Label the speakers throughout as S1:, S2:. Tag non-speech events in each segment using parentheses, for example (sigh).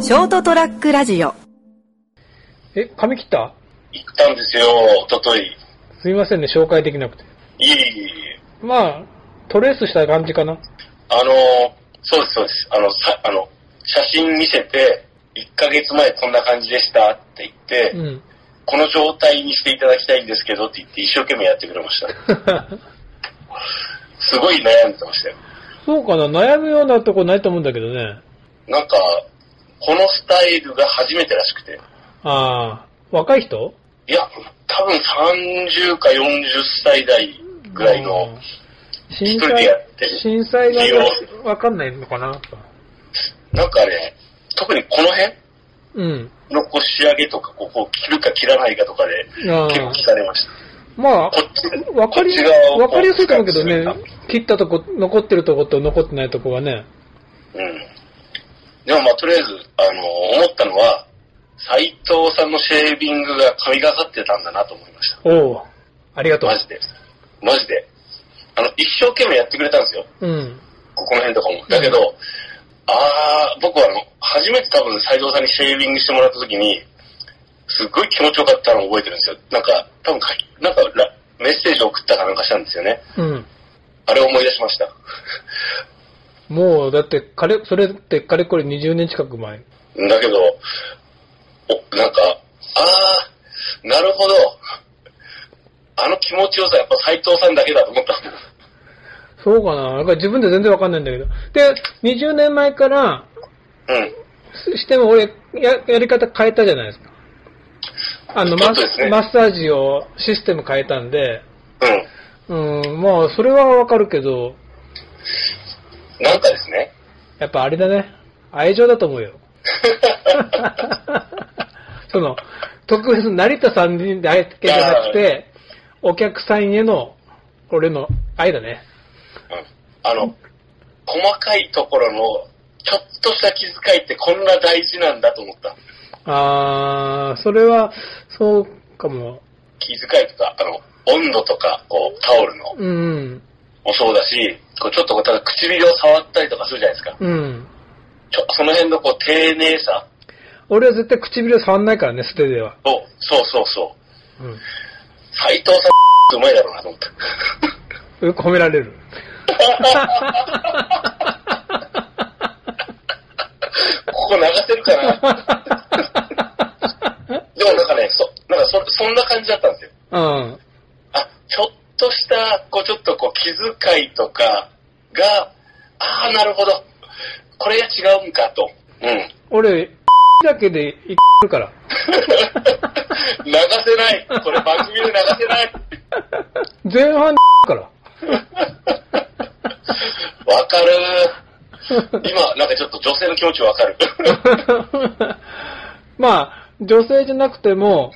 S1: ショートトラックラジオ
S2: え、髪切った
S3: 行ったんですよ、おととい。
S2: すいませんね、紹介できなくて。
S3: いえいえいえ。
S2: まあ、トレースした感じかな。
S3: あの、そうです、そうです。あの、さあの写真見せて、1ヶ月前こんな感じでしたって言って、
S2: うん。
S3: この状態にしていただきたいんですけどって言って一生懸命やってくれました。すごい悩んでましたよ。
S2: そうかな、悩むようなとこないと思うんだけどね。
S3: なんか、このスタイルが初めてらしくて。
S2: ああ、若い人
S3: いや、多分30か40歳代ぐらいの、。
S2: 震
S3: 一人で
S2: 災
S3: やってる、
S2: 震災がわかんないのかな
S3: なんかね、特にこの辺
S2: うん。
S3: のこう仕上げとか、こうこう切るか切らないかとかで、
S2: あ
S3: 結構
S2: あ
S3: 聞かれました。
S2: まあ
S3: こ、っち、
S2: わかり
S3: こっち側、を
S2: わかりやすいと思うけど
S3: こ
S2: ね
S3: っち側を使、
S2: 切ったとこ、残ってるとこと残ってないとこはね。
S3: うん。でもまあ、とりあえず、あの、思ったのは、斎藤さんのシェービングが神がかってたんだなと思いまし
S2: おおありが
S3: た。
S2: と
S3: マジで。マジで。あの、一生懸命やってくれたんですよ。
S2: う。うん。
S3: ここの辺とかも。だけど、あー、僕はあの、初めて多分斎藤さんにシェービングしてもらった時に、すっごい気持ちよかったのを覚えてるんですよ。なんか、多分かなんかラ、メッセージを送ったかなんかしたんですよね。
S2: うん。
S3: あれを思い出しました。
S2: もう、だって、かれ、それってかれこれ20年近く前。
S3: だけど、おなんか、あー、なるほど。あの気持ちよさ、やっぱ斎藤さんだけだと思った。
S2: そうかななんか自分で全然わかんないんだけど。で、20年前から、
S3: うん。
S2: すしても俺、や、やり方変えたじゃないですか。あの、マッ
S3: そうですね
S2: マッサージを、システム変えたんで、
S3: うん。
S2: うん、まあ、それはわかるけど、
S3: なんかですね、
S2: やっぱあれだね。愛情だと思
S3: (laughs)
S2: うよ。その、特別成田さんにだけじゃなくて、お客さんへの、俺の愛だね。
S3: うん、あの、細かいところの、ちょっとした気遣いってこんな大事なんだと思った。
S2: あー、それは、そうかも。
S3: 気遣いとか、あの、温度とか、こう、タオルの
S2: うん、
S3: もそうだし、こうちょっとこう、ただ唇を触ったりとかするじゃないですか。
S2: うん。
S3: ちょその辺のこう、丁寧さ。
S2: 俺は絶対唇触んないからね、捨てでは。
S3: そう、そうそうそう。
S2: うん。
S3: 斎藤さん、うまいだろうなと思った。 (laughs)
S2: よく褒められ (laughs) る。
S3: ここ流せるか
S2: (laughs)
S3: なでもなんかね、そ、なんかそ、そんな感じだったんですよ。
S2: うん。
S3: あ、ちょっとした、こう、ちょっとこう、気遣いとかが、ああ、なるほど。これが違うんかと。うん。 (laughs)
S2: 俺、 (laughs) だけでいくから。
S3: 流せない。これ番組で流せない。
S2: 前半から。
S3: わかる。今、なんかちょっと女性の気持ちわかる。 (laughs)
S2: (laughs) まあ、女性じゃなくても、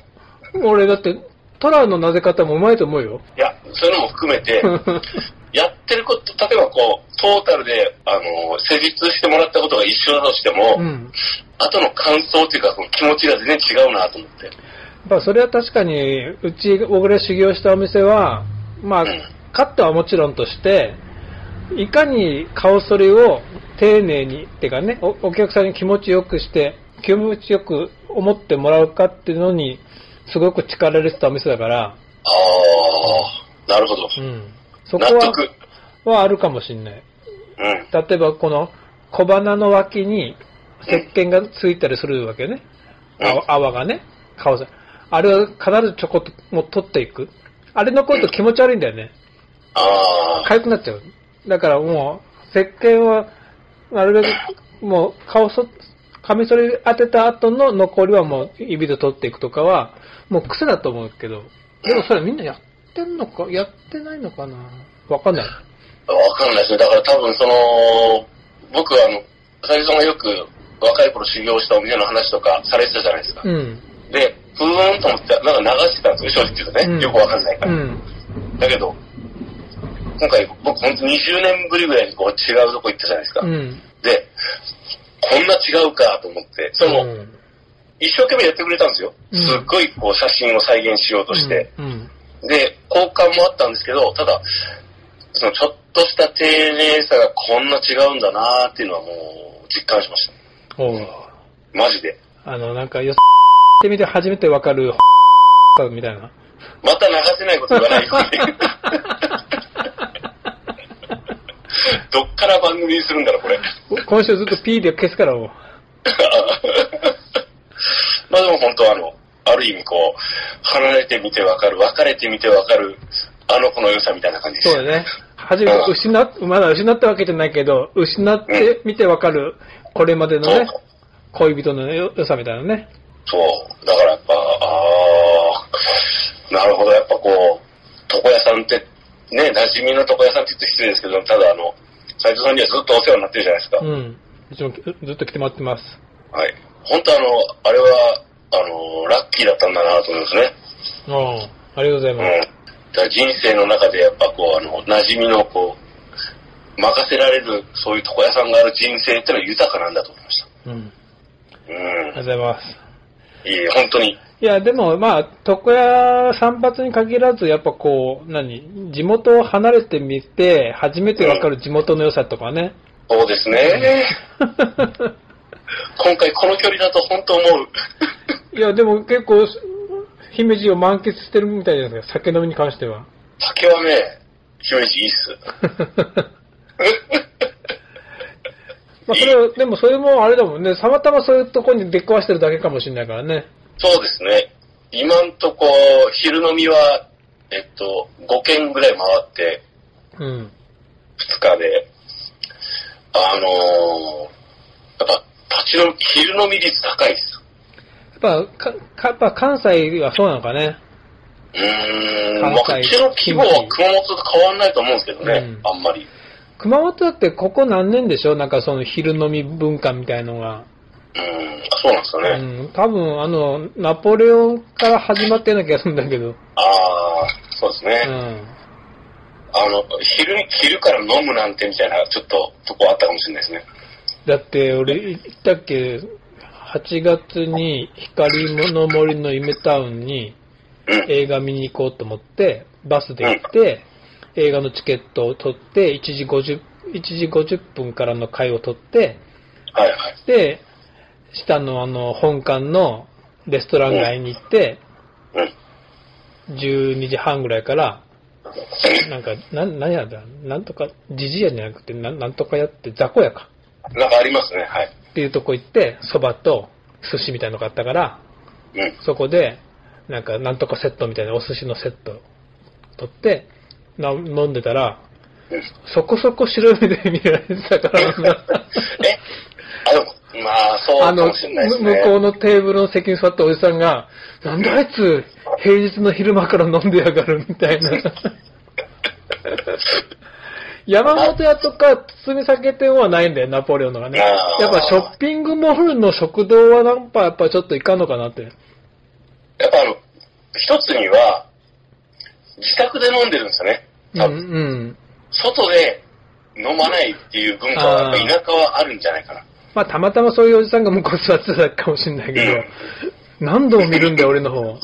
S2: 俺だって、トラのなぜ方もうまいと思う (laughs) よ。
S3: いや、そういうのも含めて、やってること、例えばこう、トータルで、あの、施術してもらったことが一緒だとしても、
S2: うん。
S3: 後の感想っていうか、その気持ちが全然違うなと思って。
S2: まあ、それは確かに、うち、僕ら修行したお店は、まあ
S3: うん、
S2: カットはもちろんとして、いかに顔そりを丁寧に、ってかね、おお客さんに気持ちよくして、気持ちよく思ってもらうかっていうのに、すごく力入れてたお店だから、
S3: ああ、なるほど。
S2: うん。そこ
S3: 納得。
S2: は、はあるかもしんない。
S3: うん。
S2: 例えばこの小鼻の脇に石鹸がついたりするわけね。
S3: うん
S2: 泡泡がね。顔じゃ。あれを必ずちょこっともう取っていく。あれ残ると気持ち悪いんだよね。
S3: ああ、
S2: 痒くなっちゃう。だからもう、石鹸は、なるべく、もう顔そ、カミソリ当てた後の残りはもう指で取っていくとかは、もう癖だと思うけど。でもそれみんなやってんのか、やってないのかなわかんない。
S3: わかんないですね。だから多分その、僕はあの、最初がよく若い頃修行したお店の話とかされてたじゃないですか。
S2: うん。
S3: で、ふーんと思って、なんか流してたんですよ、正直言うとね。
S2: うん
S3: よくわかんないか
S2: う
S3: ら。
S2: ん。
S3: だけど、今回僕本当20年ぶりぐらいにこう違うとこ行ったじゃないですか。
S2: うん。
S3: で、こんな違うかと思って、その、
S2: うん
S3: 一生懸命やってくれたんですよ。
S2: うん
S3: すっごいこう写真を再現しようとして。
S2: うん。うん
S3: で、交換もあったんですけど、ただ、そのちょっとした丁寧さがこんな違うんだなっていうのはもう実感しました。
S2: おう
S3: マジで。
S2: あの、なんか、よそってみて初めてわかる、かみたいな。
S3: また流せないこと言わないよ
S2: (laughs)
S3: うに。どっから番組にするんだろう、これ。
S2: 今週ずっと P で消すから、もう。
S3: (laughs) まあでも本当あの、ある意味こう、離れてみてわかる、別れてみてわかる、あの子の良さみたいな感じです
S2: そうだね。初めて
S3: うん
S2: 失っ、まだ失ったわけじゃないけど、失ってみてわかる、これまでの
S3: そう
S2: ね、恋人のよ良さみたいなね。
S3: そう。だからやっぱ、ああ、なるほど、やっぱこう、床屋さんって、ね、馴染みの床屋さんって言って失礼ですけど、ただあの、斉藤さんにはずっとお世話になってるじゃないですか。
S2: うん。うちもずっと来てもらってます。
S3: はい。本当あの、あれは、あの、ラッキーだったんだなと思いますね。
S2: うん。ありがとうござい
S3: うん。
S2: ま
S3: だから人生の中でやっぱこう、あの、馴染みのこう、任せられる、そういう床屋さんがある人生ってのは豊かなんだと思いました。
S2: す。うん。
S3: う
S2: ありがとうございます。
S3: ん。いい、本当に。
S2: いや、でも、まあ、床屋散髪に限らず、やっぱこう、何、地元を離れてみて、初めてわかる地元の良さとかね。
S3: そうですね。今回この距離だと本当思う。
S2: (laughs) いや、でも結構、姫路を満喫してるみたいじゃないですか、酒飲みに関しては。
S3: 竹はね、姫路いいっす。
S2: まあ、それは、でもそれもあれだもんね、たまたまそういうとこに出くわしてるだけかもしれないからね。
S3: そうですね。今んとこ、昼飲みは、えっと、5軒ぐらい回って、
S2: うん。
S3: 2日で、あのー、やっぱ、立ち飲み、昼飲み率高いっす。
S2: やっぱ、かかやっぱ関西はそうなのかね。
S3: うーん、ま
S2: 関
S3: あ、
S2: 西
S3: こっちの規模は
S2: 近畿
S3: 熊本と変わんないと思うんですけどね、
S2: うん
S3: あんまり。
S2: 熊本だってここ何年でしょなんかその昼飲み文化みたいのが。
S3: うん、あそうなんですよ
S2: う
S3: ね。
S2: ん、多分あの、ナポレオンから始まってるような気がするんだけど。
S3: ああ、そうですね
S2: う。ん。
S3: あの、昼に、昼から飲むなんてみたいな、ちょっと、とこあったかもしれないですね。
S2: だって俺言ったっけ、8月に光の森の夢タウンに
S3: うん。
S2: 映画見に行こうと思って、バスで行って、映画のチケットを取って、1時50、1時50分からの会を取って、
S3: はいはい。
S2: で、下のあの、本館のレストラン街に行って、
S3: うん。
S2: 12時半ぐらいから、なんか、なん、何やだ、なんとか、じじやじゃなくて、なんなんとかやって、雑魚やか。
S3: なんかありますね、はい。
S2: っていうとこ行って、蕎麦と寿司みたいのがあったから、
S3: うん。
S2: そこで、なんか、なんとかセットみたいなお寿司のセット取って、な飲んでたら、
S3: うん
S2: そこそこ白目で見られてたから、
S3: えあ、でも、まあ、そうか
S2: あの、
S3: もしれないです
S2: む向
S3: ね。
S2: こうのテーブルの席に座ったおじさんが、なんだあいつ、平日の昼間から飲んでやがるみた
S3: (laughs)
S2: いな。山本屋とか堤酒店はないんだよ、ナポレオンのがね。
S3: あー
S2: やっぱショッピングモールの食堂はなんかやっぱちょっといかんのかなって。
S3: やっぱあの、一つには、自宅で飲んでるんですよね。
S2: うん、
S3: 多
S2: う
S3: 分
S2: ん。
S3: 外で飲まないっていう文化
S2: あ
S3: は、
S2: ー
S3: やっぱ田舎はあるんじゃないかな。
S2: まあたまたまそういうおじさんが向こう座ってたかもしれないけ
S3: (laughs)
S2: ど、何度も見るんだよ、俺の方。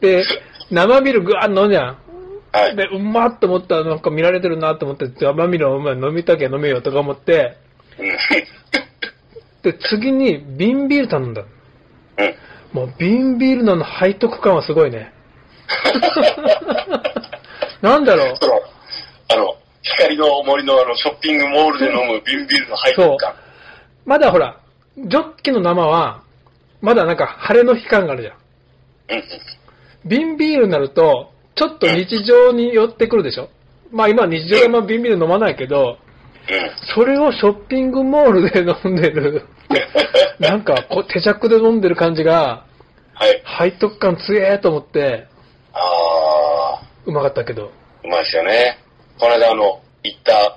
S2: で、生ビールぐわー飲んじゃん。
S3: はい。
S2: で、うまっと思ったら、なんか見られてるなと思って、ザバミロ、お前飲みたけ飲めよとか思って、
S3: うん。
S2: で、次に瓶ビール頼んだの。
S3: うん。
S2: もう瓶ビールのあの背徳感はすごいね。なんだろう
S3: その、あの、光の森のあの、ショッピングモールで飲む瓶ビールの配
S2: そう
S3: 分感。。
S2: まだほら、ジョッキの生は、まだなんか晴れの期間があるじゃん。
S3: うんうん。
S2: 瓶ビールになると、ちょっと日常に寄ってくるでしょ。まあ今は日常であんま瓶ビール飲まないけど、
S3: うん。
S2: それをショッピングモールで飲んでる。なんか、こう、手酌で飲んでる感じが、
S3: (laughs) は
S2: 背
S3: い。
S2: 徳感強えと思って、
S3: あ
S2: うまかったけど。
S3: ー、うまいですよね。この間あの、行った、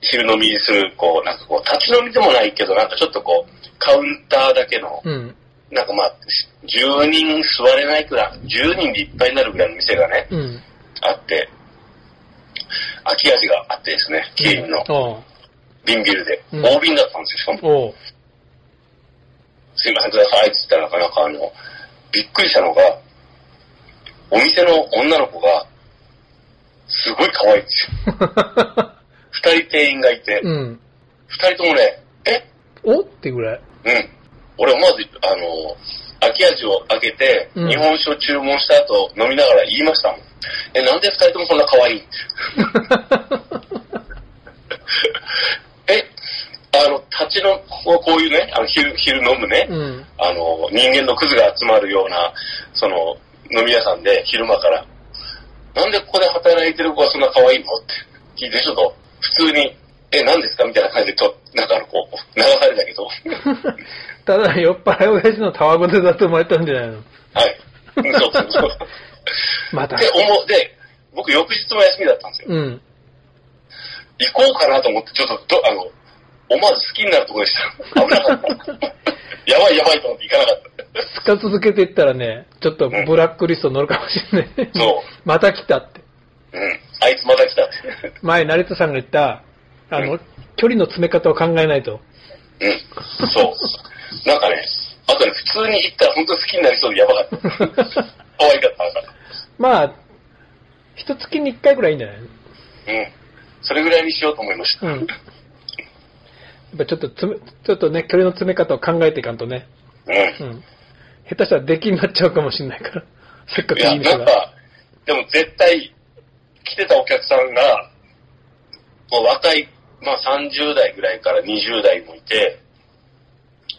S3: 昼飲みする、こう、なんかこう、立ち飲みでもないけど、なんかちょっとこう、カウンターだけの、
S2: うん。
S3: なんかまあ、10人座れないくらい、10人でいっぱいになるぐらいの店がね、
S2: うん。
S3: あって、秋味があってですね、キリンの
S2: おう
S3: 瓶ビールで、
S2: うん
S3: 大瓶だったんですよ、しかも。
S2: おう (laughs)
S3: すいません、くださいって言ったら、なんかあの、びっくりしたのが、お店の女の子が、すごい可愛いんですよ。二人店員がいて、
S2: うん。
S3: 二人ともね、え
S2: おってぐらい。 (laughs)
S3: うん。俺思わず、あの、秋味を開けて、
S2: うん
S3: 日本酒を注文した後、飲みながら言いましたもん。え、なんで二人ともこんな可愛いえ、あの、立ちの、こうこういうね、あの昼、昼飲むね、
S2: うん。
S3: あの、人間のクズが集まるような、その、飲み屋さんで、昼間から、なんでここで働いてる子がそんな可愛いのって聞いて、ちょっと、普通に、え、何ですかみたいな感じで、と、なんかあの、こう、流されたけど、 (laughs)
S2: ただ、酔っ払い親父のたわごでだと思われたんじゃないの
S3: はい。そうそうそう。
S2: また
S3: で、。思う、で、僕翌日も休みだったんですよ。
S2: うん。
S3: 行こうかなと思って、ちょっと、どあの、思わず好きになるところでした。危なかった。
S2: (laughs)
S3: やばいやばいと思って行かなかっ
S2: つ
S3: た。
S2: か続けていったらね、ちょっとブラックリストに乗るかもしれない。
S3: そ
S2: (laughs) また来たって。
S3: うん。あいつまた来たって。
S2: 前、成田さんが言った、あ
S3: う
S2: の
S3: ん、
S2: 距離の詰め方を考えないと。 (laughs)
S3: うん。そう。なんかね、あとね、普通に行ったら本当に好きになりそうでやば
S2: (laughs)
S3: かった。可愛かった、なんか。
S2: まあ、一月に一回ぐらいいいんじゃないの
S3: うん。それぐらいにしようと思いました。
S2: うん。やっぱちょっとつめ、ちょっとね、距離の詰め方を考えていかんとね。
S3: うん。
S2: うん。下手したら出来になっちゃうかもしれない (laughs) から。せっかく
S3: い
S2: い
S3: や、
S2: い店
S3: なん
S2: が。
S3: か、でも絶対、来てたお客さんが、もう若い、まあ30代ぐらいから20代もいて、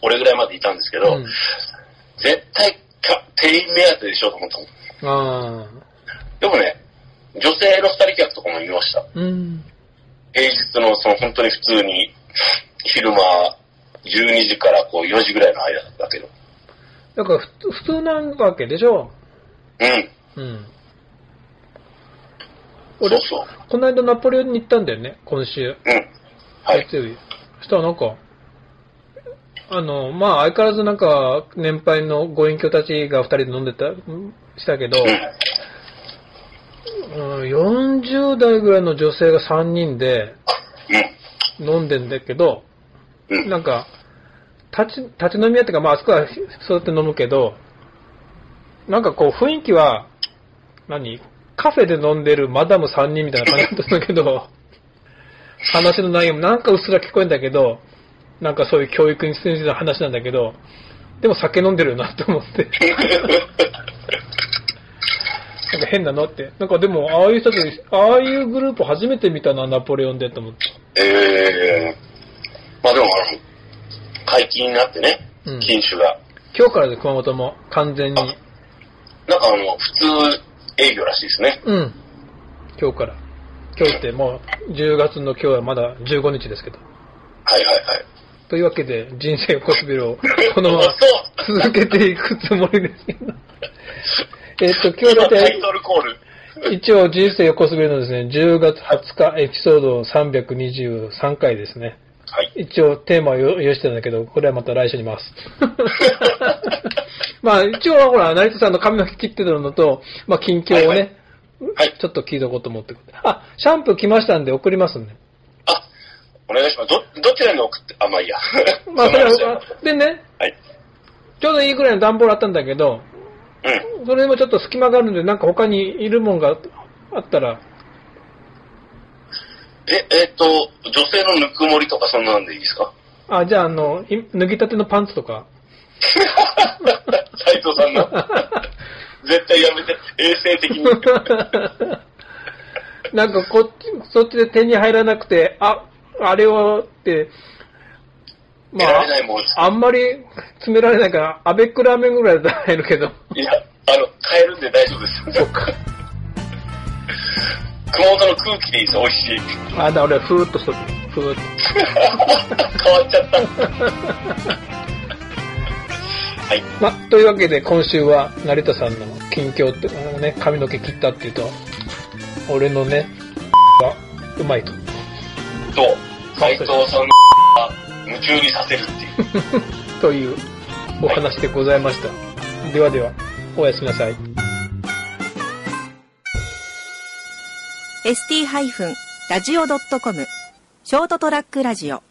S3: 俺ぐらいまでいたんですけど、
S2: うん。
S3: 絶対か、店員目当てでしょうと思ったもん。
S2: あ
S3: でもね、女性の二人客とかも見ました。
S2: あ。うん。
S3: 平日のその本当に普通に、昼間、12時からこう4時ぐらいの間だけど。
S2: だからふつ、普通なわけでしょ
S3: うん。
S2: うん。
S3: そ
S2: 俺
S3: う、そう。
S2: この間ナポレオンに行ったんだよね、今週。
S3: うん。はい。
S2: 月曜日。そしたらなんか、あの、まあ、相変わらずなんか、年配のご隠居たちが二人で飲んでた、んしたけど、
S3: うん。
S2: うん、40代ぐらいの女性が3人で飲んでんだけど、
S3: うん。うん。 (laughs)
S2: なんか、立ち、立ち飲み屋っていうか、まあ、あそこはそうやって飲むけど、なんかこう、雰囲気は、何カフェで飲んでるマダム3人みたいな感じだったんだけど、 (laughs) 話の内容もなんかうっすら聞こえんだけど、なんかそういう教育についての話なんだけど、でも酒飲んでるよなと思って、なんか変なのって。なんかでも、ああいう人たち、ああいうグループ初めて見たな、ナポレオンでと思って。
S3: ええまあでもあの、解禁になってね
S2: うん、
S3: 禁酒が。
S2: 今日からで熊本も完全に。
S3: なんかあの、普通営業らしいですね。
S2: うん。今日から。今日ってもう10月の今日はまだ15日ですけど。
S3: はいはいはい。
S2: というわけで、人生横滑り (laughs) をこのまま
S3: (laughs) そう
S2: 続けていくつもりですけど。 (laughs) えっと、今日
S3: 今
S2: だ
S3: タ
S2: い
S3: イトルコール。
S2: たい一応人生横滑りのですね、10月20日エピソード323回ですね。
S3: はい。
S2: 一応テーマを用意してたんだけど、これはまた来週に回す。 (laughs) まあ一応はほら、成田さんの髪の毛切ってたのと、まあ近況をね、
S3: はいはいはい。
S2: ちょっと聞いとこうと思って。あ、シャンプー来ましたんで送りますね。
S3: あ、お願いします。ど、どちらに送って、あ、まあいいや。
S2: (laughs) まあ、それ
S3: んな
S2: は
S3: 話、
S2: でね、
S3: (laughs) はい。
S2: ちょうどいいぐらいの段ボールあったんだけど、
S3: うん。
S2: それでもちょっと隙間があるんで、なんか他にいるもんがあったら、
S3: え、えっと、女性のぬくもりとかそんなんでいいですか (laughs)
S2: あ、じゃあ、あの、い脱ぎたてのパンツとか。
S3: 斉藤さ
S2: (laughs)
S3: んの。絶対やめて、衛生的に。
S2: (laughs) なんかこっち、そっちで手に入らなくて、あ、あれをって、
S3: 得られないもん。
S2: あんまり詰められないから、アベックラーメンぐらいだったら入るけど。
S3: いや、あの、買えるんで大丈夫です。熊本の空気でいいです、美味しい。 (laughs)
S2: あ、だ、俺はふーっとしとく。ふーっと。
S3: 変わっちゃった。はい。
S2: まあ、というわけで今週は成田さんの近況って、あのね、髪の毛切ったっていうと、俺のね、がうまいと。
S3: と、斉藤さんのが (laughs) 夢中にさせるっていう。
S2: というお話でございました。ではでは、おやすみなさい。
S1: ST-radio.com ショートトラックラジオ